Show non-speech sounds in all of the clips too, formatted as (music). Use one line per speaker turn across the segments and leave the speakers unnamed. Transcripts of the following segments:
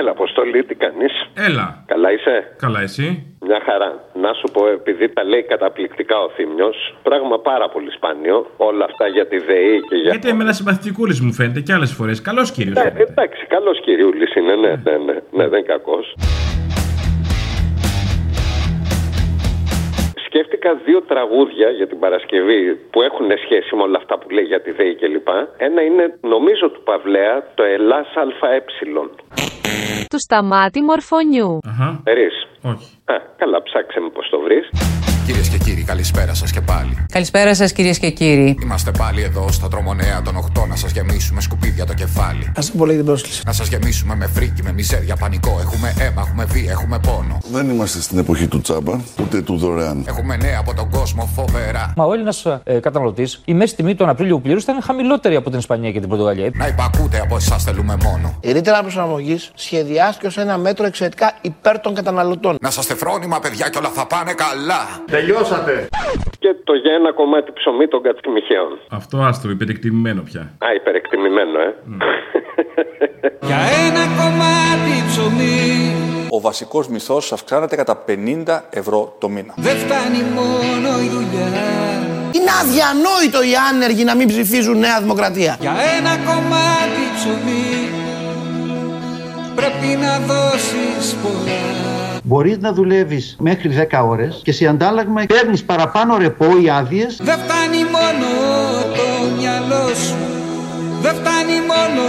Αποστολή, τι κάνεις.
Έλα.
Καλά είσαι.
Καλά εσύ.
Μια χαρά. Να σου πω, επειδή τα λέει καταπληκτικά ο Θήμιος, πράγμα πάρα πολύ σπάνιο. Όλα αυτά για τη ΔΕΗ και για.
Γιατί εμένα συμπαθητικούλης μου φαίνεται και άλλες φορές. Καλός κύριος.
Ναι, εντάξει, καλός κυριούλης είναι, ναι, ναι, ναι, ναι, δεν κακός. Σκέφτηκα δύο τραγούδια για την Παρασκευή που έχουν σχέση με όλα αυτά που λέει για τη ΔΕΗ κλπ. Ένα είναι, νομίζω, του Παυλαία, το Ε. Ελλά ΑΕ.
του σταμάτη μορφωνιού.
Αχα.
Περίς.
Όχι.
Α, καλά, ψάξε με πώς το βρεις.
Κυρίες και κύριοι, καλησπέρα σας και πάλι.
Καλησπέρα σας κυρίες και κύριοι.
Είμαστε πάλι εδώ στα τρομονέα των 8 να σας γεμίσουμε σκουπίδια το κεφάλι.
Ας την πολύ την πρόσκληση.
Να σας γεμίσουμε με φρίκι, με μιζέρια, πανικό. Έχουμε αίμα, έχουμε βία, έχουμε πόνο.
Δεν είμαστε στην εποχή του τσάμπα, ούτε του δωρεάν.
Έχουμε νέα από τον κόσμο φοβερά.
Μα ο Έλληνας ε, καταναλωτής, η μέση τιμή τον Απρίλιο που πληρούσε ήταν χαμηλότερη από την Ισπανία και την Πορτογαλία.
Να υπακούτε από εσάς θέλουμε μόνο.
Η ρήτρα προσαρμογής σχεδιάστηκε ως ένα μέτρο εξαιρετικά υπέρ των καταναλωτών.
Να είστε φρόνημα, παιδιά, και όλα θα πάνε καλά.
Και το για ένα κομμάτι ψωμί των κατσιμιχαίων.
Αυτό άστο, υπερεκτιμημένο πια.
Α, υπερεκτιμημένο, ε.
Για ένα κομμάτι ψωμί
Ο βασικός μισθός αυξάνεται κατά 50 ευρώ το μήνα.
δεν φτάνει μόνο η δουλειά.
Είναι αδιανόητο οι άνεργοι να μην ψηφίζουν Νέα Δημοκρατία.
Για ένα κομμάτι ψωμί πρέπει να δώσεις πολλά.
Μπορείς να δουλεύεις μέχρι 10 ώρες και σε αντάλλαγμα παίρνεις παραπάνω ρεπό ή άδειες.
Δεν φτάνει μόνο το μυαλό σου Δεν φτάνει μόνο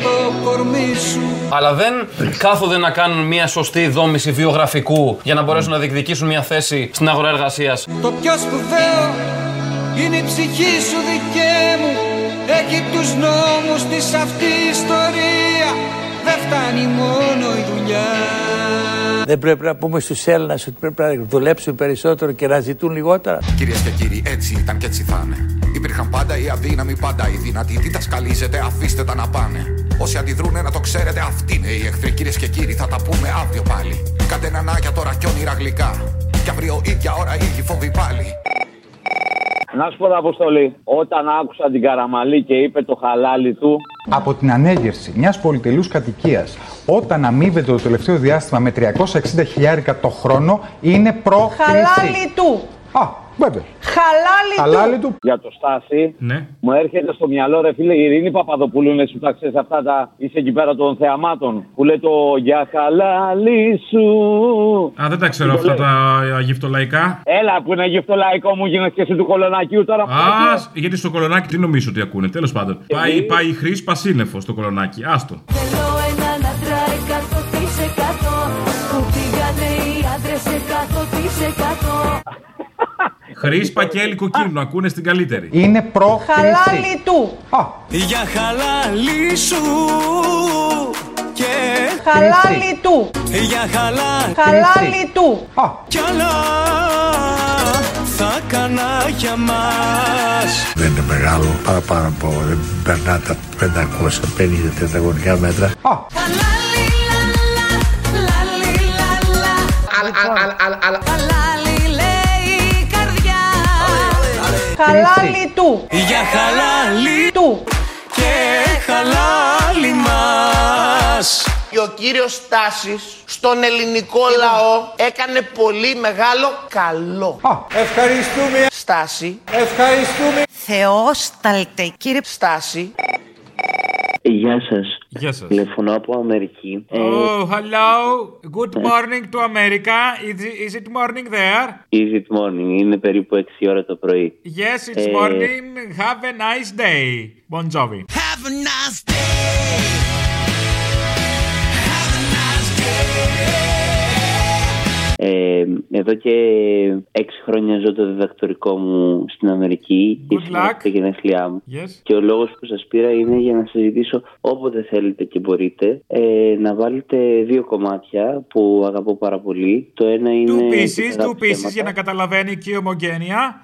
το κορμί σου
Αλλά δεν κάθονται να κάνουν μια σωστή δόμηση βιογραφικού για να μπορέσουν να διεκδικήσουν μια θέση στην αγορά εργασίας.
Το πιο σπουδαίο είναι η ψυχή σου δικέ μου Έχει τους νόμους της αυτής η ιστορίας Δεν φτάνει μόνο η δουλειά
Δεν πρέπει να πούμε στους Έλληνες ότι πρέπει να δουλέψουν περισσότερο και να ζητούν λιγότερα.
Κυρίες και κύριοι, έτσι ήταν και έτσι θα είναι. Υπήρχαν πάντα οι αδύναμοι, πάντα οι δυνατοί. Τι τα σκαλίζετε, αφήστε τα να πάνε. Όσοι αντιδρούνε να το ξέρετε, αυτοί είναι οι εχθροί. Κυρίες και κύριοι, θα τα πούμε αύριο πάλι. Κάντε νανάκια τώρα κι όνειρα γλυκά. Κι αύριο ίδια ώρα ίδιοι φόβοι πάλι.
Να σου πω, ρε Αποστολή, όταν άκουσα την Καραμαλή και είπε το χαλάλι του,
από την ανέγερση μιας πολυτελούς κατοικίας, όταν αμείβεται το τελευταίο διάστημα με 360 χιλιάρικα το χρόνο, είναι προ
Χαλάλι του.
Α, βέβαια.
Χαλάλι,
Χαλάλι του.
για το Στάση,
Ναι.
μου έρχεται στο μυαλό, ρε φίλε, η Ειρήνη Παπαδοπούλου είναι σου τα ξέρεις αυτά τα, είσαι εκεί πέρα των θεαμάτων, που λέει το «Για χαλάλι σου».
Α, δεν τα ξέρω αυτά τα αγιευτολαϊκά.
Έλα που είναι γευτολαϊκό μου, γίνεσαι και εσύ του κολονακίου τώρα.
Ας,
ε,
σ- γιατί στο κολονάκι τι νομίζω ότι ακούνε, τέλος πάντων. Πάει, πάει η χρήση πασίνεφο στο κολονάκι, άστο.
Θέλω ένα να τράει 100% που πήγανε οι άντρες 100%
Χρήση
Ε,
πακέλι κοκκίνου, ακούνε στην καλύτερη.
Είναι προ
Χαλάλι του.
Α,
Για χαλάλι σου και
Χαλάλι του.
για χαλά
Χαλάλι του.
α,
κι άλλα θα κάνα για μας
Δεν είναι μεγάλο, πάρα, πάρα πολύ. Δεν περνά τα 550 τετραγωνικά μέτρα.
α.
Χαλάλι του.
Για χαλάλι
Του.
και χαλάλι μας
Και ο κύριος Στάσης στον ελληνικό λαό έκανε πολύ μεγάλο καλό. Ευχαριστούμε. Στάση.
Θεόσταλτε κύριε.
Στάση.
Γεια σας.
Γεια σας.
Τηλεφωνώ Ναι, από Αμερική. Ε, Ναι.
Oh, hello. Good morning to America. Is, is it morning there?
Is it morning, είναι περίπου 6 ώρα το πρωί. Ε,
Yes, it's morning. Have a nice day. Bon Jovi.
Have a nice day Have a nice day
Ε, εδώ και έξι χρόνια ζω το διδακτορικό μου στην Αμερική
Good luck.
τα γενέθλιά μου.
Yes.
Και ο λόγος που σας πήρα είναι για να σας ζητήσω όποτε θέλετε και μπορείτε ε, να βάλετε δύο κομμάτια που αγαπώ πάρα πολύ. Το ένα είναι...
Two
τα
pieces,
τα
two pieces
ψέματα
για να καταλαβαίνει και η ομογένεια.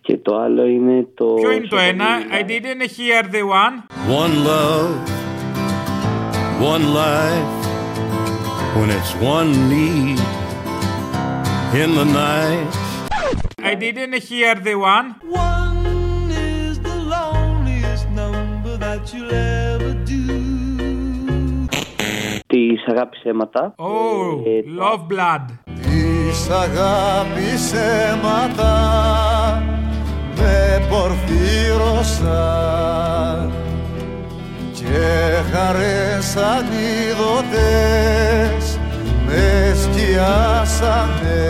Και το άλλο είναι το...
Ποιο είναι το ένα? I
Σοκολίνα.
didn't hear the one.
One love, one life, when it's one need in the night.
I didn't hear the one.
One is the loneliest number that you'll ever do.
Τι της αγάπης αίματα.
Oh, love blood.
Της αγάπης αίματα με πορφύρωσαν και χαρές ανίδωτες με σκιάσανε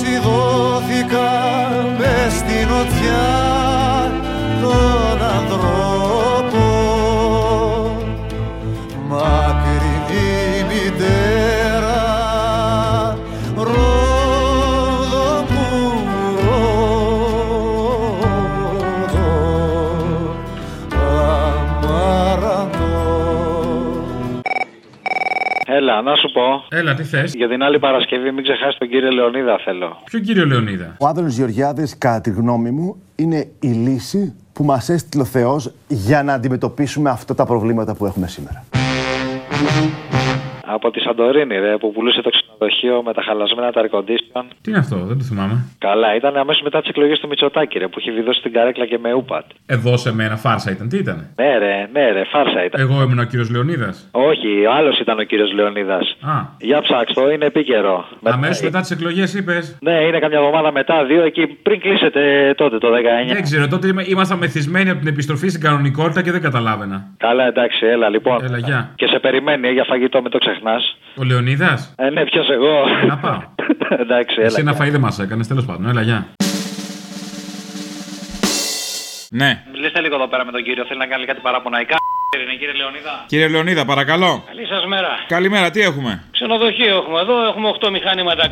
οξυδώθηκα με στην οθιά των ανθρώπων μακρινή μητέρα Ρόδο μου Ρόδο αμαραντό
Έλα, να σου πω.
Έλα, τι θες.
Για την άλλη Παρασκευή, μην ξεχάσεις τον κύριο Λεωνίδα, θέλω.
Ποιο κύριο Λεωνίδα.
Ο Άδωνης Γεωργιάδης, κατά τη γνώμη μου, είναι η λύση που μας έστειλε ο Θεός για να αντιμετωπίσουμε αυτά τα προβλήματα που έχουμε σήμερα.
Από τη Σαντορίνη, ρε, που πουλούσε το ξενοδοχείο με τα χαλασμένα τα air condition.
Τι είναι αυτό, δεν το θυμάμαι.
Καλά, ήταν αμέσως μετά τις εκλογές του Μητσοτάκη, ρε, που είχε βιδώσει την καρέκλα και με ούπατ.
Εδώ σε μένα, φάρσα ήταν. Τι ήταν.
Ναι, ρε, ναι, ρε, φάρσα ήταν.
Εγώ ήμουν ο κύριος Λεωνίδας.
Όχι, ο άλλος ήταν ο κύριος Λεωνίδας.
Α.
Για ψάξτε, είναι επίκαιρο. Ε,
Αμέσω μετά τις εκλογές είπες.
Ναι, είναι καμιά εβδομάδα μετά, δύο εκεί, πριν κλείσετε τότε το 19.
Δεν ξέρω, τότε είμα- ήμασταν μεθυσμένοι από την επιστροφή στην κανονικότητα και δεν καταλάβαινα.
Καλά, εντάξει, έλα λοιπόν.
Έλα, γεια.
Και σε περιμένει ε, για φαγητό, μην το ξεχνάς.
Ο Λεωνίδας.
Ε, ναι, ποιος εγώ.
Να πάω.
(laughs) εντάξει, έλα.
Εσύ ένα
γεια.
φαΐ δεν μας έκανες, τέλος πάντων. Έλα, γεια. Ναι.
Μιλήστε λίγο εδώ πέρα με τον κύριο, θέλει να κάνει κάτι παραποναϊκά. Είναι κύριε Λεωνίδα.
Κύριε Λεωνίδα, παρακαλώ.
Καλή σας μέρα.
Καλημέρα, τι έχουμε.
Ξενοδοχείο έχουμε εδώ, έχουμε 8 μηχανήματα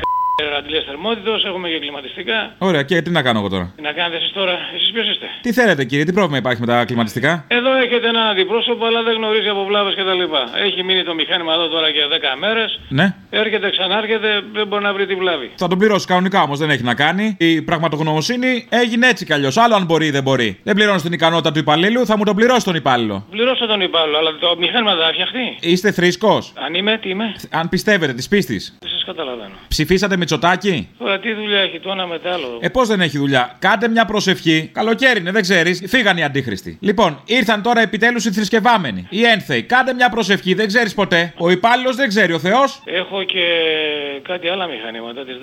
αντιλέ θερμότητος, έχουμε και κλιματιστικά.
Ωραία, και τι να κάνω εγώ τώρα.
Τι να κάνετε εσείς τώρα, εσείς ποιος είστε.
Τι θέλετε, κύριε, τι πρόβλημα υπάρχει με τα κλιματιστικά.
Εδώ έχετε έναν αντιπρόσωπο, αλλά δεν γνωρίζει από βλάβες κτλ. Έχει μείνει το μηχάνημα εδώ τώρα και 10 μέρες.
Ναι.
Έρχεται, ξανάρχεται, δεν μπορεί να βρει τη βλάβη.
Θα τον πληρώσει κανονικά όμως, δεν έχει να κάνει. Η πραγματογνωμοσύνη έγινε έτσι κι αλλιώς. Άλλο αν μπορεί ή δεν μπορεί. Δεν πληρώνω στην ικανότητα του υπαλλήλου, θα μου τον πληρώσει τον υπάλληλο.
Πληρώσα τον υπάλληλο, αλλά το μηχάνημα δεν θα φτιαχτεί.
Είστε θρήσκο.
Αν είμαι, τι είμαι.
Αν πιστεύετε τη πίστη.
Δεν σα καταλαβαίνω.
Ψηφίσατε Μητσοτάκη.
Τώρα τι δουλειά έχει το ένα με το άλλο.
Ε, πώς δεν έχει δουλειά. Κάντε μια προσευχή. Καλοκαίρι είναι, δεν ξέρεις. Φύγαν οι αντίχρηστοι. Λοιπόν, ήρθαν τώρα επιτέλους οι θρησκευάμενοι. Οι ένθεοι. Κάντε μια προσευχή, δεν ξέρεις ποτέ. Ο υπάλληλος δεν ξέρει, ο Θεός.
Έχω και κάτι άλλα μηχανήματα της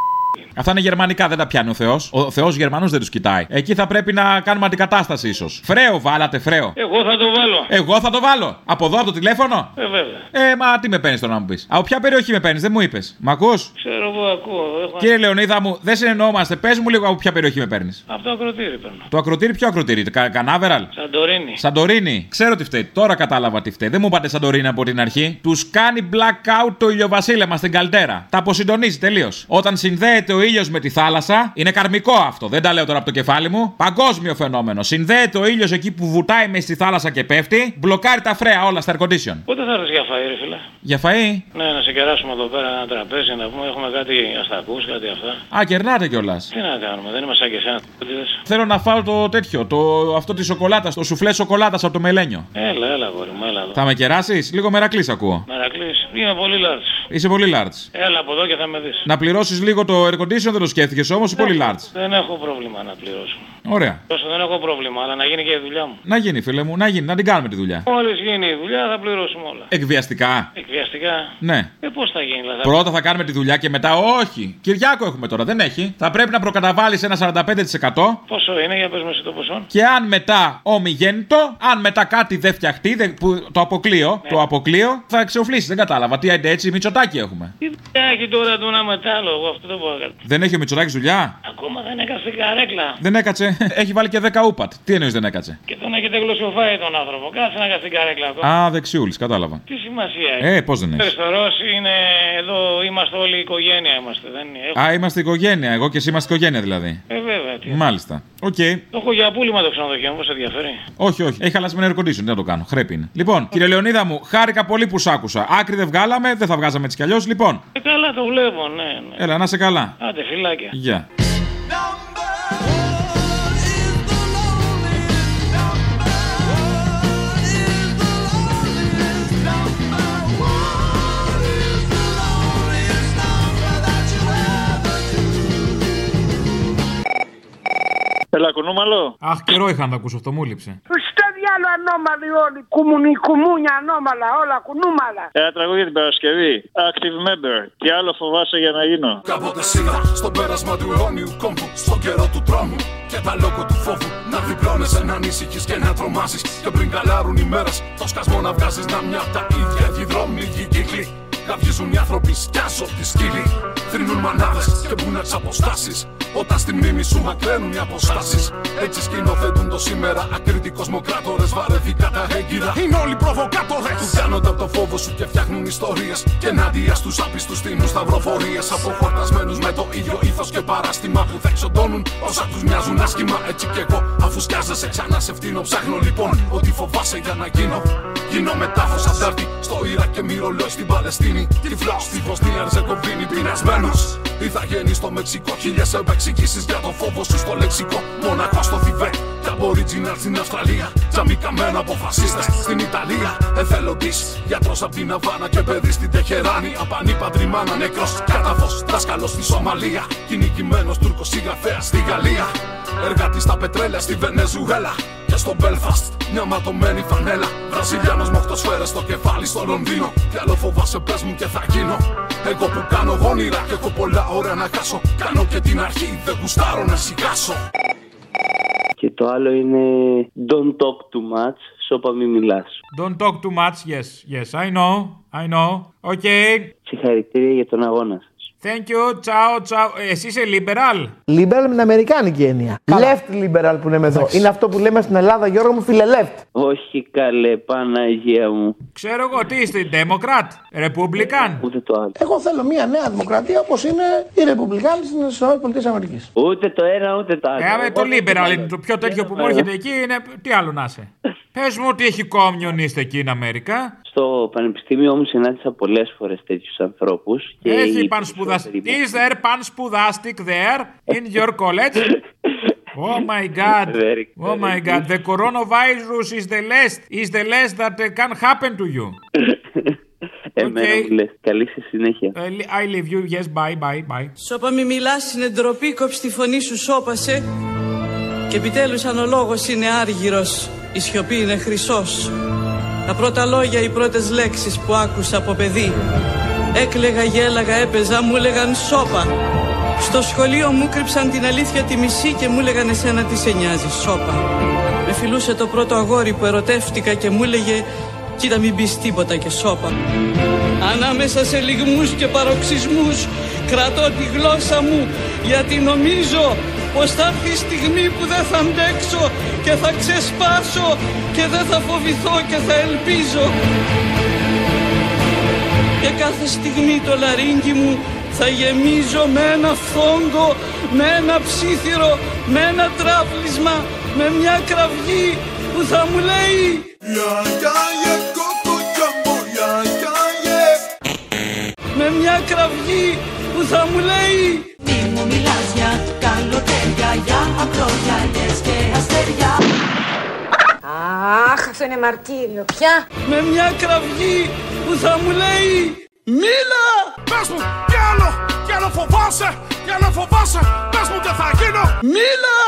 Αυτά είναι γερμανικά, δεν τα πιάνει ο Θεός. Ο Θεός Γερμανούς δεν τους κοιτάει. Εκεί θα πρέπει να κάνουμε αντικατάσταση ίσως. Φρέο, βάλατε φρέο.
Εγώ θα το βάλω.
Εγώ θα το βάλω. Από εδώ, από το τηλέφωνο.
Ε, βέβαια.
Ε, μα τι με παίρνεις τώρα να μου πεις. Από ποια περιοχή με παίρνεις, δεν μου είπες. Μ' ακούς.
Ξέρω εγώ, ακούω. Έχω...
Κύριε Λεωνίδα μου, δεν συνεννοούμαστε. Πες μου λίγο από ποια περιοχή με παίρνεις.
Αυτό ακροτήρι παίρνω.
Το ακροτήρι, ποιο ακροτήρι, το κα- Κανάβεραλ.
Σαντορίνη.
Σαντορίνη, ξέρω τι φταίει. Τώρα κατάλαβα τι φταίει. Δεν μου είπατε Σαντορίνη από την αρχή. Τους κάνει blackout το ηλιοβασίλεμα στην καλτέρα. Τα αποσυντονίζει τελείως. Όταν συνδέεται ο ήλιος με τη θάλασσα, είναι καρμικό αυτό. Δεν τα λέω τώρα από το κεφάλι μου. Παγκόσμιο φαινόμενο. Συνδέεται ο ήλιος εκεί που βουτάει μες στη θάλασσα και πέφτει. Μπλοκάρει τα φρέα όλα στα air condition.
Πότε θα έρθεις για φαΐ, ρε φίλε.
Για φαΐ.
Ναι, να σε κεράσουμε εδώ πέρα ένα τραπέζι, να πούμε έχουμε κάτι αστακούς, κάτι αυτά.
Α, κερνάτε κιόλας.
Τι να κάνουμε, δεν είμαστε σαν και εσένα. κοντίδες.
Θέλω να φάω το τέτοιο, το, αυτό τη σοκολάτα, το σουφλέ σοκολάτας από το μελένιο.
Έλα, έλα, γόρι μου, έλα εδώ.
Θα με κεράσεις, λίγο μερακλής ακούω.
Μερακλής, είμαι πολύ λάρτς.
Είσαι πολύ large.
Έλα από εδώ και θα με δεις.
Να πληρώσεις λίγο το air condition, δεν το σκέφτηκες όμως, πολύ large.
Δεν έχω πρόβλημα να πληρώσω.
Ωραία.
Τόσο δεν έχω πρόβλημα, αλλά να γίνει και η δουλειά μου.
Να γίνει, φίλε μου, να γίνει, να την κάνουμε τη δουλειά.
Μόλις γίνει η δουλειά θα πληρώσουμε όλα.
Εκβιαστικά.
Εκβιαστικά.
Ναι.
Ε, πώς θα γίνει, δηλαδή.
Πρώτα θα κάνουμε τη δουλειά και μετά όχι. Κυριάκο έχουμε τώρα, δεν έχει. Θα πρέπει να προκαταβάλεις ένα 45%.
Πόσο είναι, για πες μου εσύ το ποσό.
Και αν μετά ομιγέννητο, αν μετά κάτι δεν φτιαχτεί, δεν- που το αποκλείω, το αποκλείω, θα εξοφλήσει. Δεν κατάλαβα. Τι άντε έτσι, Μητσοτάκι έχουμε.
Τι δουλειά έχει τώρα το ένα μετάλλο, εγώ αυτό δεν μπορώ να κάνω.
Δεν έχει ο Μητσοτάκης δουλειά.
Ακόμα δεν έκανα στην καρέκλα.
Δεν έκατσε. (laughs) Έχει βάλει και 10 ούπατ. Τι εννοείς δεν έκατσε.
Και τον έχετε γλωσσοφάει τον άνθρωπο. Κάτσε να έκανα στην καρέκλα ακόμα.
Α, δεξιούλης, κατάλαβα.
Τι σημασία έχει.
Ε, πώς δεν έχει.
Περιστορός είναι εδώ, είμαστε όλοι οικογένεια είμαστε. Δεν είναι. Έχω-
Α, είμαστε οικογένεια. Εγώ και εσύ είμαστε οικογένεια δηλαδή.
Ε, βέβαια. Τι.
Μάλιστα. Οκ.
Το έχω για πούλημα το ξενοδοχείο μου, πώς σε ενδιαφέρει.
Όχι, όχι. Έχει χαλάσει με ένα air condition. Δεν το κάνω. Χρέπει είναι. Λοιπόν, κύριε Λεωνίδα μου, χάρηκα πολύ που σ' άκουσα. Άκρη δεν βγάλαμε, δεν θα βγάζαμε έτσι κι αλλιώς. Λοιπόν,
Ε, καλά το βλέπω, ναι, ναι.
έλα, να σε καλά.
Άντε, φυλάκια.
Γεια.
Έλα, κουνούμαλο.
Αχ, καιρό είχα να το ακούσω αυτό, μου λείψε.
Στα άλλο ανώμαλοι όλοι. Κουμουνι, κουμούνια ανώμαλα, όλα κουνούμαλα.
Ε, Ένα τραγούδι την Παρασκευή. Active member. Τι άλλο φοβάσαι για να γίνω.
Κάποτε σίδα στο πέρασμα του αιώνιου κόμπου, στον καιρό του τρόμου και τα λόγω του φόβου. Να διπλώνεσαι, να ανησυχείς και να τρομάσεις. Και πριν καλάρουν οι μέρες, το σκασμό να βγάζεις να μια απ' τα ίδια γη δρόμοι, γη κύκλοι. Να βγίζουν οι άνθρωποι, σκιάζω τη σκύλη. Θρυνούν μανάδες και μπουν εξ αποστάσεις. Όταν στη μνήμη σου μακραίνουν οι αποστάσεις. Έτσι σκηνοθετούν το σήμερα. Ακριτικοί κοσμοκράτορες βαρεθήκα τα έγκυρα. Είναι όλοι προβοκάτορες. Τους κάνονται από το φόβο σου και φτιάχνουν ιστορίες. Και ενάντια στους άπιστους τίνου σταυροφορίες. Αποχορτασμένους με το ίδιο ήθος και παράστημα που θα εξοντώνουν όσα τους μοιάζουν άσχημα. Έτσι κι εγώ, αφού σκιάζεσαι ξανά σε φτύνω. Ψάχνω λοιπόν ότι φοβάσαι για να γίνω. Γίνω μετάφος αντάρτη στο Ιράκ και μυρολόι στην Παλαιστίνη. Τυφλό στη Βοσνία, Ερζεγοβίνη, πεινασμένο. Ή θα γίνει στο Μεξικό, χίλιες επεξηγήσει για το φόβο σου στο λεξικό. Μονακό στο Θιβέτ, και Aboriginal στην Αυστραλία. Τζαμικαμένα από φασίστες στην Ιταλία. Εθελοντής, γιατρό από την Αβάνα και παιδί στην Τεχεράνη. Απανίπαντρη μάνα νεκρός, κάταφος, δάσκαλος στη Σομαλία. Κυνηγημένος Τούρκος συγγραφέας στη Γαλλία. Εργάτης στα πετρέλαια στη Βενεζουέλα. Και στο Belfast μια ματωμένη φανέλα. Βραζιλιάνος με 8 σφαίρες στο κεφάλι στο Λονδίνο. Κι άλλο φοβάσαι, πες μου και θα γίνω. Εγώ που κάνω γόνιρα και έχω πολλά ώρα να χάσω. Κάνω και την αρχή, δεν γουστάρω να σιγάσω.
Και το άλλο είναι Don't talk too much, σώπα μη μιλάς.
Don't talk too much. Yes, yes, I know. I know. Okay.
Συγχαρητήρια για τον αγώνα σας.
Thank you. Ciao, ciao. Ε, Εσύ είσαι liberal.
Liberal με την αμερικάνικη έννοια. Left liberal που λέμε εδώ. Είναι αυτό που λέμε στην Ελλάδα, Γιώργο μου, φίλε left.
Όχι καλέ, Παναγία μου.
Ξέρω εγώ τι είστε, Democrat, Republican.
Ούτε το άλλο.
Εγώ θέλω μια νέα δημοκρατία όπως είναι οι Ρεπουμπλικάνοι στι ΗΠΑ.
Ούτε το ένα ούτε το άλλο.
Ε, άμα το
Εγώ-
liberal είναι το πιο τέτοιο που μου έρχεται εκεί είναι. Τι άλλο να είσαι. Πες μου τι έχει κόμιον είστε εκεί στην Αμερικά.
Στο πανεπιστήμιο μου συνάντησα πολλές φορές τέτοιους ανθρώπους.
Έχει πανσπουδαστικ. Is there πανσπουδαστικ there in your college? Oh my god. Oh my god. The coronavirus is the least is the least that uh, can happen to you.
Εμένα
Okay.
μου λες. Καλή σε συνέχεια.
Uh, li- I leave you. Yes, bye, bye, bye.
Σώπα μη μιλάς είναι ντροπή, κόψει τη φωνή σου σώπασε Και επιτέλους αν ο λόγος είναι άργυρος, η σιωπή είναι χρυσός Τα πρώτα λόγια, οι πρώτες λέξεις που άκουσα από παιδί Έκλεγα, γέλαγα, έπαιζα, μου λέγαν σώπα Στο σχολείο μου κρύψαν την αλήθεια τη μισή και μου λέγαν εσένα τι σε νοιάζει, σώπα Με φιλούσε το πρώτο αγόρι που ερωτεύτηκα και μου έλεγε Κοίτα μην πεις τίποτα και σώπα Ανάμεσα σε λιγμούς και παροξισμούς κρατώ τη γλώσσα μου γιατί νομίζω πως θα έρθει η στιγμή που δεν θα αντέξω και θα ξεσπάσω και δεν θα φοβηθώ και θα ελπίζω και κάθε στιγμή το λαρίνκι μου θα γεμίζω με ένα φθόγκο, με ένα ψήθυρο, με ένα τράπλισμα, με μια κραυγή που θα μου λέει με μια κραυγή που θα μου λέει Μη μου μιλάς για καλοτέρια, για ακρογιαλιές και αστέρια
Αχ, αυτό είναι μαρτύριο πια.
Με μια κραυγή που θα μου λέει Μίλα!
Πες μου, κι άλλο, κι άλλο φοβάσαι, κι άλλο φοβάσαι. Πες μου και θα γίνω.
Μίλα!